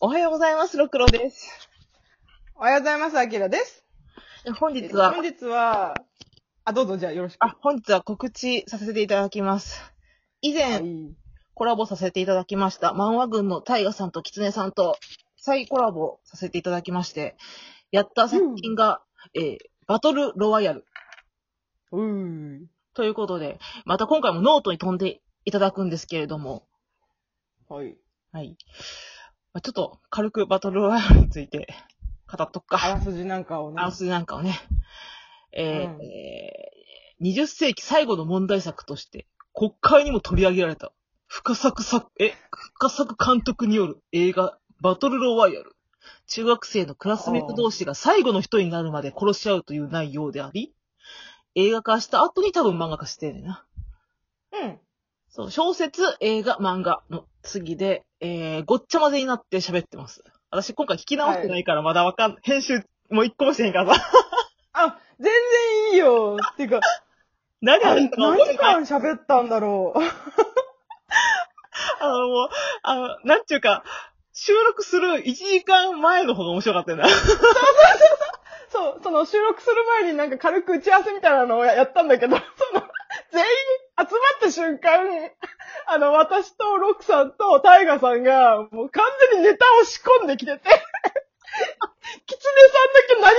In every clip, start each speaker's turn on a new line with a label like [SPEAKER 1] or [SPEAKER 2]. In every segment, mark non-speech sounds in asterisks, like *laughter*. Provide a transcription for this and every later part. [SPEAKER 1] おはようございます、ろくろです。
[SPEAKER 2] おはようございます、あきらです。
[SPEAKER 1] 本日は
[SPEAKER 2] 本、日は、あ、どうぞ、じゃあよろしく。
[SPEAKER 1] あ、本日は告知させていただきます。以
[SPEAKER 2] は
[SPEAKER 1] 前、
[SPEAKER 2] い。
[SPEAKER 1] コラボさせていただきました、漫画軍のタイガさんとキツネさんと再コラボさせていただきまして、やった作品が、えーバトルロワイヤル
[SPEAKER 2] うーい。
[SPEAKER 1] ということで、また今回もノートに飛んでいただくんですけれども、
[SPEAKER 2] はい。
[SPEAKER 1] はい。まあちょっと軽くバトルロワイヤルについて語っとくか。
[SPEAKER 2] あらすじなんかをね
[SPEAKER 1] あ。の数なんかをね、えー
[SPEAKER 2] うん
[SPEAKER 1] えー20世紀最後の問題作として、国会にも取り上げられた、深作作、え、深作監督による映画、バトルロワイヤル。中学生のクラスメイト同士が最後の人になるまで殺し合うという内容であり、映画化した後に多分漫画化してんねんな。
[SPEAKER 2] うん。
[SPEAKER 1] そう、小説、映画、漫画の次で、えー、ごっちゃ混ぜになって喋ってます。私今回聞き直してないからまだわかん、編集もう一個もしてへんからさ。
[SPEAKER 2] あ、全然いいよ。っ
[SPEAKER 1] *laughs*
[SPEAKER 2] ていうか、
[SPEAKER 1] 何
[SPEAKER 2] あ
[SPEAKER 1] あ
[SPEAKER 2] れ
[SPEAKER 1] れ
[SPEAKER 2] 何時間喋ったんだろう。
[SPEAKER 1] あの、もう、あの、なんちゅうか、収録する1時間前の方が面白かったよな。 *laughs*
[SPEAKER 2] そう、その収録する前になんか軽く打ち合わせみたいなのをややったんだけど、そ *laughs* の、全員集まった瞬間、 *laughs* あの、私とロクさんとタイガさんが、もう完全にネタを仕込んできてて、 *laughs* キツネさんだけ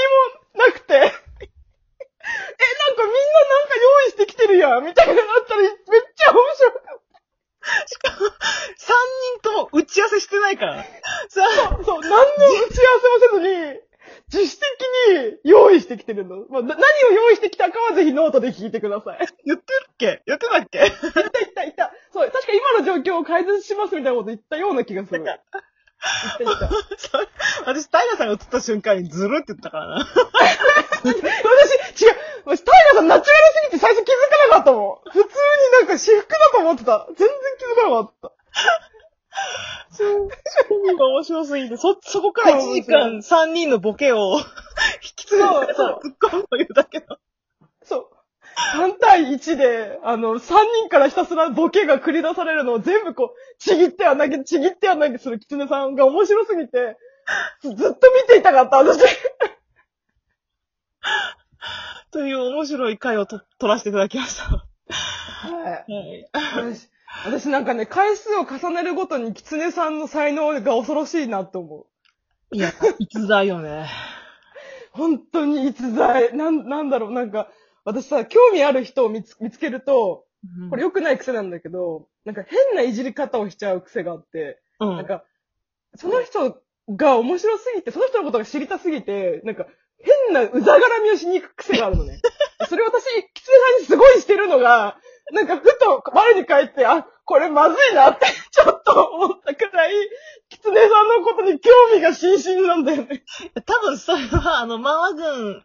[SPEAKER 2] 何もなくて、え、なん *laughs* かみんななんか用意してきてるやん、みたいになったらめっちゃ面白かっ
[SPEAKER 1] 3人とも打ち合わせしてないから。さあ、
[SPEAKER 2] た。そう、何の打ち合わせもせずに、自主的に用意してきてるの。まあ、な何を用意してきたかはぜひノートで聞いてください。
[SPEAKER 1] 言ってるっけ言ってたっけ *laughs*
[SPEAKER 2] いたいたいた。そう、確か今の状況を改善しますみたいなこと言ったような気がする。
[SPEAKER 1] なん
[SPEAKER 2] 言っ
[SPEAKER 1] か
[SPEAKER 2] た言った。私、
[SPEAKER 1] そう私、タイガさんが映った瞬間にズルって言ったからな。
[SPEAKER 2] 違う。私、タイガさんナチュラルすぎて最初気づかなかったもん。普通になんか私服だと思ってた。全然気づかなかっ
[SPEAKER 1] *laughs* 面白すぎて、そ、そこから1時間3人のボケ *laughs* を引き継いで、
[SPEAKER 2] そう
[SPEAKER 1] ただ *laughs* 突っ込むというだけの。
[SPEAKER 2] た。そう。3対1で、あの、3人からひたすらボケが繰り出されるのを全部こう、ちぎっては投げ、ちぎっては投げする狐さんが面白すぎて、ずずっと見ていたかった、私。
[SPEAKER 1] という面白い回をと撮らせていただきました。
[SPEAKER 2] はい。
[SPEAKER 1] はい。
[SPEAKER 2] 私、私なんかね、回数を重ねるごとに狐さんの才能が恐ろしいなと思う。
[SPEAKER 1] いや、逸材よね。
[SPEAKER 2] 本当に逸材。なん、なんだろう、なんか、私さ、興味ある人を見つ見つけると、これ良くない癖なんだけど、なんか変ないじり方をしちゃう癖があって、
[SPEAKER 1] うん、
[SPEAKER 2] なんか、その人が面白すぎて、その人のことが知りたすぎて、なんか、変なうざがらみをしに行く癖があるの *laughs* ね。それ私、キツネさんにすごいしてるのが、なんかふと我に返って、あ、これまずいなって、ちょっと思ったくらい、キツネさんのことに興味が津々なんだよね。
[SPEAKER 1] 多分それは、あの、マンワ軍、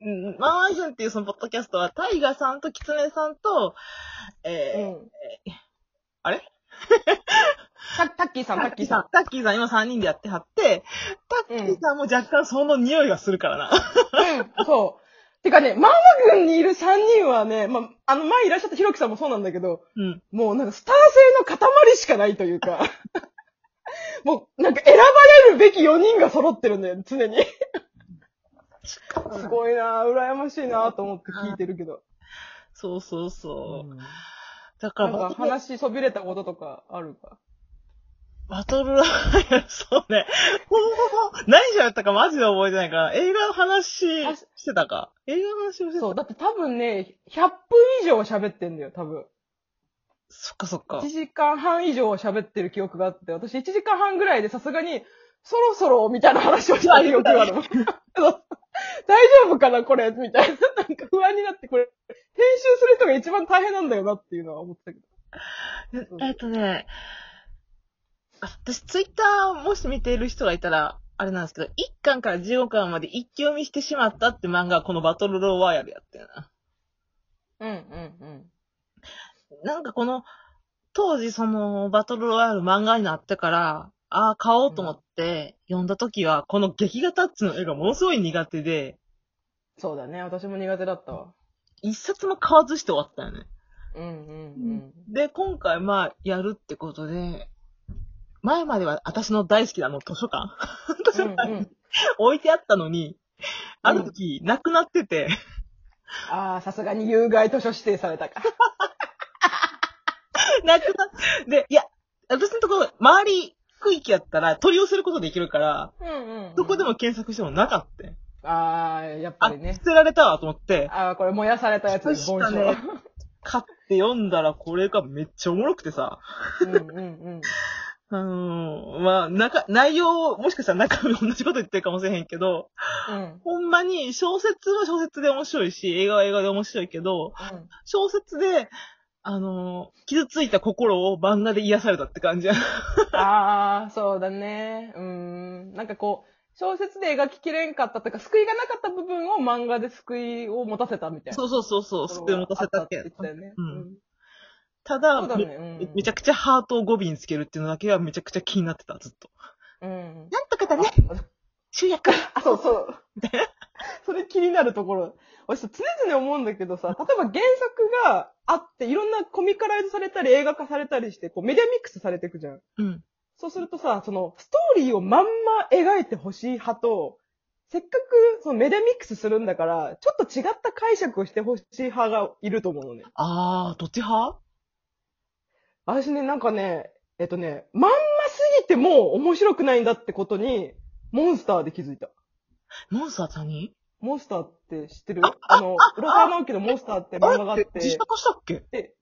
[SPEAKER 1] うんマンワ軍っていうそのポッドキャストは、タイガさんとキツネさんと、えー
[SPEAKER 2] ん。
[SPEAKER 1] あれ
[SPEAKER 2] タタッキーさん、タッキーさん。。
[SPEAKER 1] タッキーさん今3人でやってはって、タッキーさんも若干その匂いがするからな。
[SPEAKER 2] うん、そう。てかね、ママ軍にいる3人はね、まあ、あの、前いらっしゃったひろきさんもそうなんだけど、
[SPEAKER 1] うん。
[SPEAKER 2] もうなんかスター性の塊しかないという *laughs* か、もうなんか選ばれるべき4人が揃ってるんだよ、常に。すごいなぁ、羨ましいなぁと思って聞いてるけど。
[SPEAKER 1] そうそうそう。
[SPEAKER 2] な
[SPEAKER 1] だから
[SPEAKER 2] ん
[SPEAKER 1] バ
[SPEAKER 2] か
[SPEAKER 1] トル、
[SPEAKER 2] 話しそびれたこととかあるか。
[SPEAKER 1] バトルロワイヤル、そうね。ほぼほぼ何じゃったかマジで覚えてないから、映画の話
[SPEAKER 2] あ
[SPEAKER 1] してたか。映画の話をしてた。
[SPEAKER 2] そう、だって多分ね、100分以上喋ってんだよ、多分。
[SPEAKER 1] そっかそっか
[SPEAKER 2] 1。時間半以上喋ってる記憶があって、私1時間半ぐらいでさすがに、そろそろ、みたいな話をした記憶があ *laughs* るの。そう大丈夫かなこれ、みたいな。なんか不安になって、これ、編集する人が一番大変なんだよなっていうのは思ったけど。
[SPEAKER 1] え
[SPEAKER 2] そう
[SPEAKER 1] えっとね、あ私、ツイッターもし見ている人がいたら、あれなんですけど、1巻から15巻まで一気読みしてしまったって漫画はこのバトルロワイヤルやってるな。
[SPEAKER 2] うんうん
[SPEAKER 1] なんかこの、当時そのバトルロワイヤル漫画になってから、ああ、買おうと思って読んだ時は、この劇画タッチの絵がものすごい苦手で、
[SPEAKER 2] そうだね。私も苦手だったわ。
[SPEAKER 1] 一冊も買わずして終わったよね。
[SPEAKER 2] うんうん
[SPEAKER 1] で、今回まあ、やるってことで、前までは私の大好きなあの図書館 *laughs* 図書館
[SPEAKER 2] うんうん
[SPEAKER 1] 置いてあったのに、ある時、なくなってて、 *laughs*
[SPEAKER 2] ああ、さすがに有害図書指定されたか。
[SPEAKER 1] なくなって、で、いや、私のところ、周り区域やったら取り寄せることできるから、
[SPEAKER 2] うんうん。
[SPEAKER 1] どこで。も検索してもなかった。
[SPEAKER 2] ああ、やっぱ
[SPEAKER 1] あ、
[SPEAKER 2] りね
[SPEAKER 1] 捨。てられたわと思って、
[SPEAKER 2] ああ、これ燃やされたやつ、
[SPEAKER 1] そうしたね買って読んだらこれがめっちゃおもろくてさ、
[SPEAKER 2] うんうん
[SPEAKER 1] あのーまあ、中、内容、もしかしたら中身同じこと言ってるかもしれへんけど、
[SPEAKER 2] うん。うん。
[SPEAKER 1] ほんまに小説は小説で面白いし、映画は映画で面白いけど、小説で、あのー傷ついた心を漫画で癒されたって感じや。
[SPEAKER 2] ああ、そうだね。うーん。なんかこう、小説で描ききれんかったというか、救いがなかった部分を漫画で救いを持たせたみたいな。
[SPEAKER 1] そうそうそうそう、
[SPEAKER 2] そ
[SPEAKER 1] 救
[SPEAKER 2] れ
[SPEAKER 1] い
[SPEAKER 2] は
[SPEAKER 1] 持たせたけ
[SPEAKER 2] あっって言ってたよね。
[SPEAKER 1] うん
[SPEAKER 2] うん
[SPEAKER 1] ただ
[SPEAKER 2] そうだ
[SPEAKER 1] め
[SPEAKER 2] ね。うん
[SPEAKER 1] めちゃくちゃハートを語尾につけるっていうのだけはめちゃくちゃ気になってた、ずっと。
[SPEAKER 2] うん。
[SPEAKER 1] なんとかだ
[SPEAKER 2] あ
[SPEAKER 1] ね、主役。
[SPEAKER 2] あ、そうそう。それ気になるところ。私さ、常々思うんだけどさ、例えば原作があって、いろんなコミカライズされたり映画化されたりして、こうメディアミックスされていくじゃん。
[SPEAKER 1] うん。
[SPEAKER 2] そうするとさ、その、ストーリーをまんま描いてほしい派と、せっかく、その、メディアミックスするんだから、ちょっと違った解釈をしてほしい派がいると思うのね。
[SPEAKER 1] あー、どっち派
[SPEAKER 2] 私ね、なんかね、えっとね、まんますぎてもう面白くないんだってことに、モンスターで気づいた。
[SPEAKER 1] モンスター何
[SPEAKER 2] モンスターって知ってるあの、浦沢直樹のモンスターって漫画があって、
[SPEAKER 1] 自社化したっけ
[SPEAKER 2] で、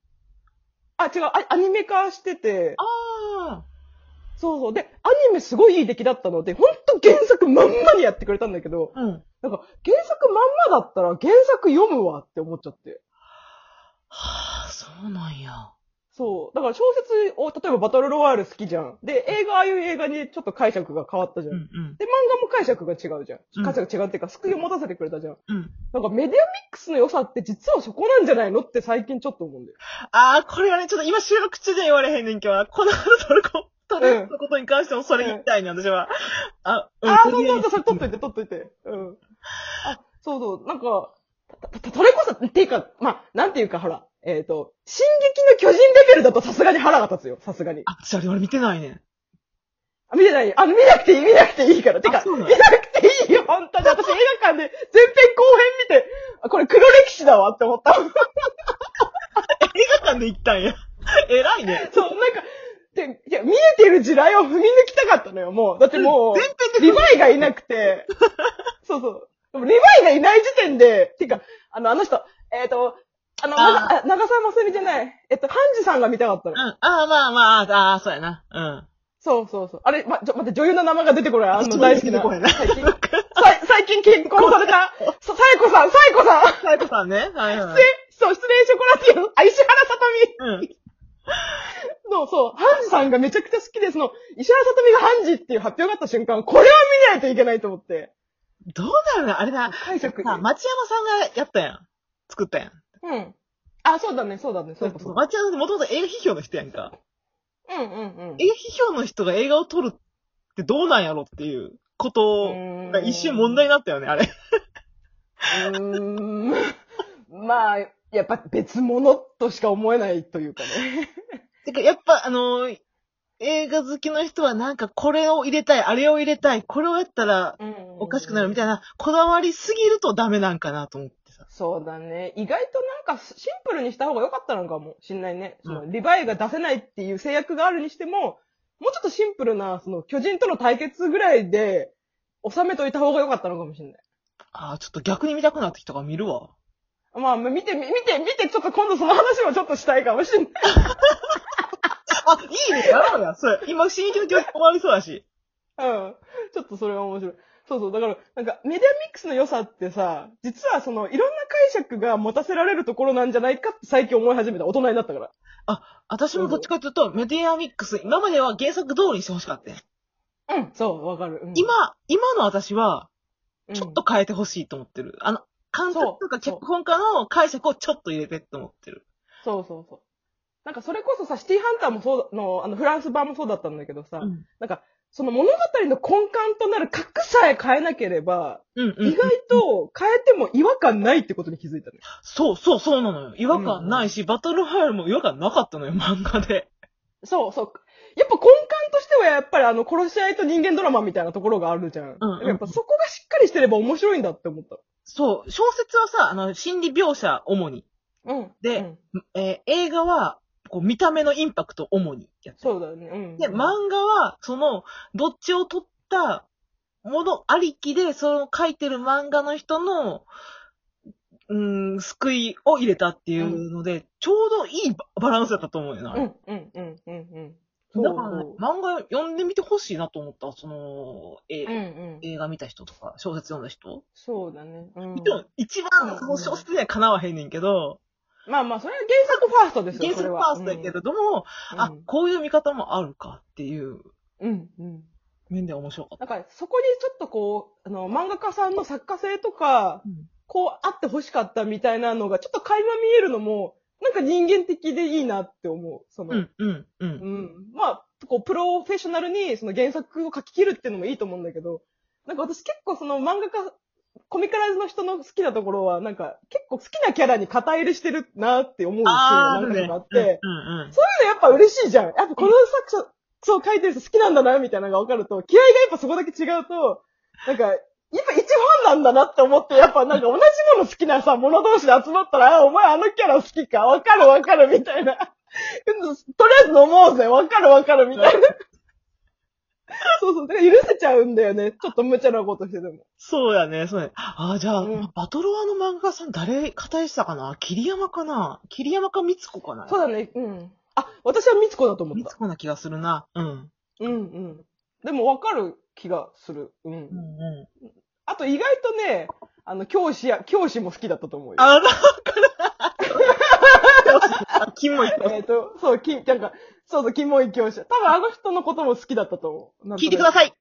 [SPEAKER 2] あ、違う、あアニメ化してて、
[SPEAKER 1] あ
[SPEAKER 2] そうそう。で、アニメすごいいい出来だったので、ほんと原作まんまにやってくれたんだけど、
[SPEAKER 1] ー。うん。
[SPEAKER 2] なんか、原作まんまだったら原作読むわって思っちゃって。
[SPEAKER 1] はあ、そうなんや。
[SPEAKER 2] そう。だから小説を、例えばバトルロワール好きじゃん。で、映画、ああいう映画にちょっと解釈が変わったじゃ。
[SPEAKER 1] うんんうん。
[SPEAKER 2] で、漫画も解釈が違うじゃ
[SPEAKER 1] うん
[SPEAKER 2] ん。解釈違うっていうか、救いを持たせてくれたじゃん。
[SPEAKER 1] うん。
[SPEAKER 2] なんかメディアミックスの良さって実はそこなんじゃないのって最近ちょっと思うんだよ。
[SPEAKER 1] あー、これはね、ちょっと今収録中で言われへんねんけどな、この後トルコ、トルコのことに関してもそれ言いたいね、私は。あ、うん
[SPEAKER 2] ああ、
[SPEAKER 1] と
[SPEAKER 2] そう
[SPEAKER 1] り
[SPEAKER 2] そ
[SPEAKER 1] え
[SPEAKER 2] う
[SPEAKER 1] ず
[SPEAKER 2] そう、それ取っといて、取っといて。うん。あ、そうそう、なんか、たたたそれこそ、っていうか、まあ、なんていうか、ほら、えっ、と、進撃の巨人レベルだとさすがに腹が立つよ、さすがに。
[SPEAKER 1] あ、それ俺見てないねん。
[SPEAKER 2] あ見てないあの、見なくていい、見なくていいから。て
[SPEAKER 1] あ
[SPEAKER 2] か、
[SPEAKER 1] そう
[SPEAKER 2] 見
[SPEAKER 1] な
[SPEAKER 2] な
[SPEAKER 1] の
[SPEAKER 2] くていいよ、本当に。私映画館で前編後編見て、あこれ黒歴史だわって思った。そう、
[SPEAKER 1] 映画館で行ったんや。 *laughs* 偉いね。
[SPEAKER 2] なんか、で、いや、見えてる地雷を踏み抜きたかったのよ、もう。だっても
[SPEAKER 1] 全
[SPEAKER 2] う、
[SPEAKER 1] 編で
[SPEAKER 2] リヴァイがいなく
[SPEAKER 1] *laughs*
[SPEAKER 2] て、そうそう。でもリヴァイがいない時点で、てか、あの、あの人、えっ、と、あの、
[SPEAKER 1] あー
[SPEAKER 2] まだあ長澤まさみじゃない、えっと、ハンジさんが見たかったの
[SPEAKER 1] うん。。ああ、まあまあ、ああー、そうやな。うん。
[SPEAKER 2] そうそうそう。あれ、ま、ちょ、待って、女優の名前が出てこない。あの、大好きな。
[SPEAKER 1] ちょっと待って
[SPEAKER 2] 最近、さい最近結婚さ
[SPEAKER 1] *laughs*
[SPEAKER 2] れた、さ、サエコさん、サエコさん
[SPEAKER 1] サイコさんね。はいはい。
[SPEAKER 2] そう、失恋ショコラティエの、あ、石原さと
[SPEAKER 1] うん。
[SPEAKER 2] みの、そう、ハンジさんがめちゃくちゃ好きで、その、石原さとみがハンジっていう発表があった瞬間、これは見ないといけないと思って。
[SPEAKER 1] どうなるのあれな。
[SPEAKER 2] 解釈。
[SPEAKER 1] さ、町山さんがやったやん。作ったやん。
[SPEAKER 2] うん。あ、そうだね、そうだね、そうだそうだ。
[SPEAKER 1] 町山さんってもともと映画批評の人やんか。
[SPEAKER 2] うんうんうん。
[SPEAKER 1] 映画批評の人が映画を撮るってどうなんやろっていうことが一瞬問題になったよね、あれ。
[SPEAKER 2] うーん。 *laughs* まあ、やっぱ別物としか思えないというかね。
[SPEAKER 1] てか、やっぱあのー映画好きの人はなんかこれを入れたい、あれを入れたい、これをやったらおかしくなるみたいな、こだわりすぎるとダメなんかなと思ってさ。
[SPEAKER 2] そうだね。意外となんかシンプルにした方が良かったのかもしんないね。
[SPEAKER 1] うん
[SPEAKER 2] そのリヴァイが出せないっていう制約があるにしても、もうちょっとシンプルな、その巨人との対決ぐらいで、収めといた方が良かったのかもしんない。
[SPEAKER 1] ああ、ちょっと逆に見たくなってきたから見るわ。
[SPEAKER 2] まあ、見て、見て、見て、ちょっと今度その話もちょっとしたいかもしんない。
[SPEAKER 1] あ、いいね、やろうや。それ、今、新規の教育終わりそうやし。
[SPEAKER 2] うん。ちょっとそれは面白い。そうそう。だから、なんか、メディアミックスの良さってさ、実はその、いろんな解釈が持たせられるところなんじゃないかって最近思い始めた。大人になったから。
[SPEAKER 1] 私もどっちかというと、メディアミックス、今までは原作通りにしてほしかったよ。
[SPEAKER 2] うん。そう、わかる。うん、
[SPEAKER 1] 今、今の私は、
[SPEAKER 2] ち
[SPEAKER 1] ちょっと変えてほしいと思ってる。あの、監督とか
[SPEAKER 2] そう
[SPEAKER 1] 脚本家の解釈をちょっと入れてって思ってる。
[SPEAKER 2] そうそうそう。なんかそれこそさ、シティーハンターもそうだの、あの、フランス版もそうだったんだけどさ、
[SPEAKER 1] うん。
[SPEAKER 2] なんか、その物語の根幹となる核さえ変えなければ、
[SPEAKER 1] うん、うん。
[SPEAKER 2] 意外と変えても違和感ないってことに気づいたね。
[SPEAKER 1] そうそうそう *laughs* なのよ。違和感ないし、バトルファイルも違和感なかったのよ、漫画で。
[SPEAKER 2] そうそう。やっぱ根幹としてはやっぱりあの、殺し合いと人間ドラマみたいなところがあるじゃん。
[SPEAKER 1] うんうん
[SPEAKER 2] やっぱそこがしっかりしてれば面白いんだって思った。
[SPEAKER 1] そう、小説はさ、あの、心理描写、主に。
[SPEAKER 2] うん。
[SPEAKER 1] で
[SPEAKER 2] うん
[SPEAKER 1] えー映画は、こう、見た目のインパクト、主にやってる
[SPEAKER 2] そうだよね。うん。
[SPEAKER 1] で、漫画は、その、どっちを取ったものありきで、その書いてる漫画の人の、うん、救いを入れたっていうので、ちょうどいいババランスだったと思うよな。
[SPEAKER 2] うん、うん、うん、うん、うん。そう
[SPEAKER 1] だからね、
[SPEAKER 2] そう
[SPEAKER 1] 漫画読んでみてほしいなと思った、その、え
[SPEAKER 2] うん、うん。
[SPEAKER 1] 映画見た人とか、小説読んだ人。
[SPEAKER 2] そうだね。うん
[SPEAKER 1] でも、一番、その小説にはかなわへんねんけど、
[SPEAKER 2] まあまあ、それは原作ファーストですよ。
[SPEAKER 1] 原
[SPEAKER 2] そ
[SPEAKER 1] 作
[SPEAKER 2] れ
[SPEAKER 1] フ
[SPEAKER 2] は
[SPEAKER 1] ァーストやけれ、ども、
[SPEAKER 2] うん
[SPEAKER 1] あ、こういう見方もあるかっていう
[SPEAKER 2] うん、うん。
[SPEAKER 1] 面で面白かっ
[SPEAKER 2] だから、そこにちょっとこう、あの、漫画家さんの作家性とか、
[SPEAKER 1] た。うん
[SPEAKER 2] こうあって欲しかったみたいなのが、ちょっと垣間見えるのも、なんか人間的でいいなって思う。その、
[SPEAKER 1] うん、うん、うん
[SPEAKER 2] う。んまあ、こう、プロフェッショナルにその原作を書き切るっていうのもいいと思うんだけど、なんか私結構その漫画家、コミカライズの人の好きなところは、なんか結構好きなキャラに肩入れしてるなって思うシーン
[SPEAKER 1] あ
[SPEAKER 2] が
[SPEAKER 1] あー、ね。
[SPEAKER 2] 何回かあって、
[SPEAKER 1] うんうん。
[SPEAKER 2] そういうのやっぱ嬉しいじゃん。やっぱこの作者、そう書いてる人好きなんだな、みたいなのが分かると、気合がやっぱそこだけ違うと、なんか、やっぱ一ファンなんだなって思って、やっぱなんか同じもの好きなさ、者同士で集まったら、あ、お前あのキャラ好きか、わかるわかる、みたいな。とりあえず飲もうぜ、わかるわかる、みたいな。そうそう。だから許せちゃうんだよね。ちょっと無茶なことしてても。
[SPEAKER 1] そうやね、そうやね。ああ、じゃあ、
[SPEAKER 2] うん
[SPEAKER 1] バトロワの漫画家さん誰、語りしたかな桐山かな桐山か三つ子かな
[SPEAKER 2] そうだね、うん。あ、私はみつこだと思っ
[SPEAKER 1] 三
[SPEAKER 2] た
[SPEAKER 1] つ。子な気がするな。うん。
[SPEAKER 2] うんうん。でもわかる気がする。うん
[SPEAKER 1] うんうん。
[SPEAKER 2] あと意外とね、あの、教師や、教師も好きだったと思うよ。
[SPEAKER 1] あら、わ *laughs* からない。キモい。
[SPEAKER 2] えっ、と、そう、き、なんか、そうそう、キモい教師。多分あの人のことも好きだったと思う。なんとなく
[SPEAKER 1] 聞いてください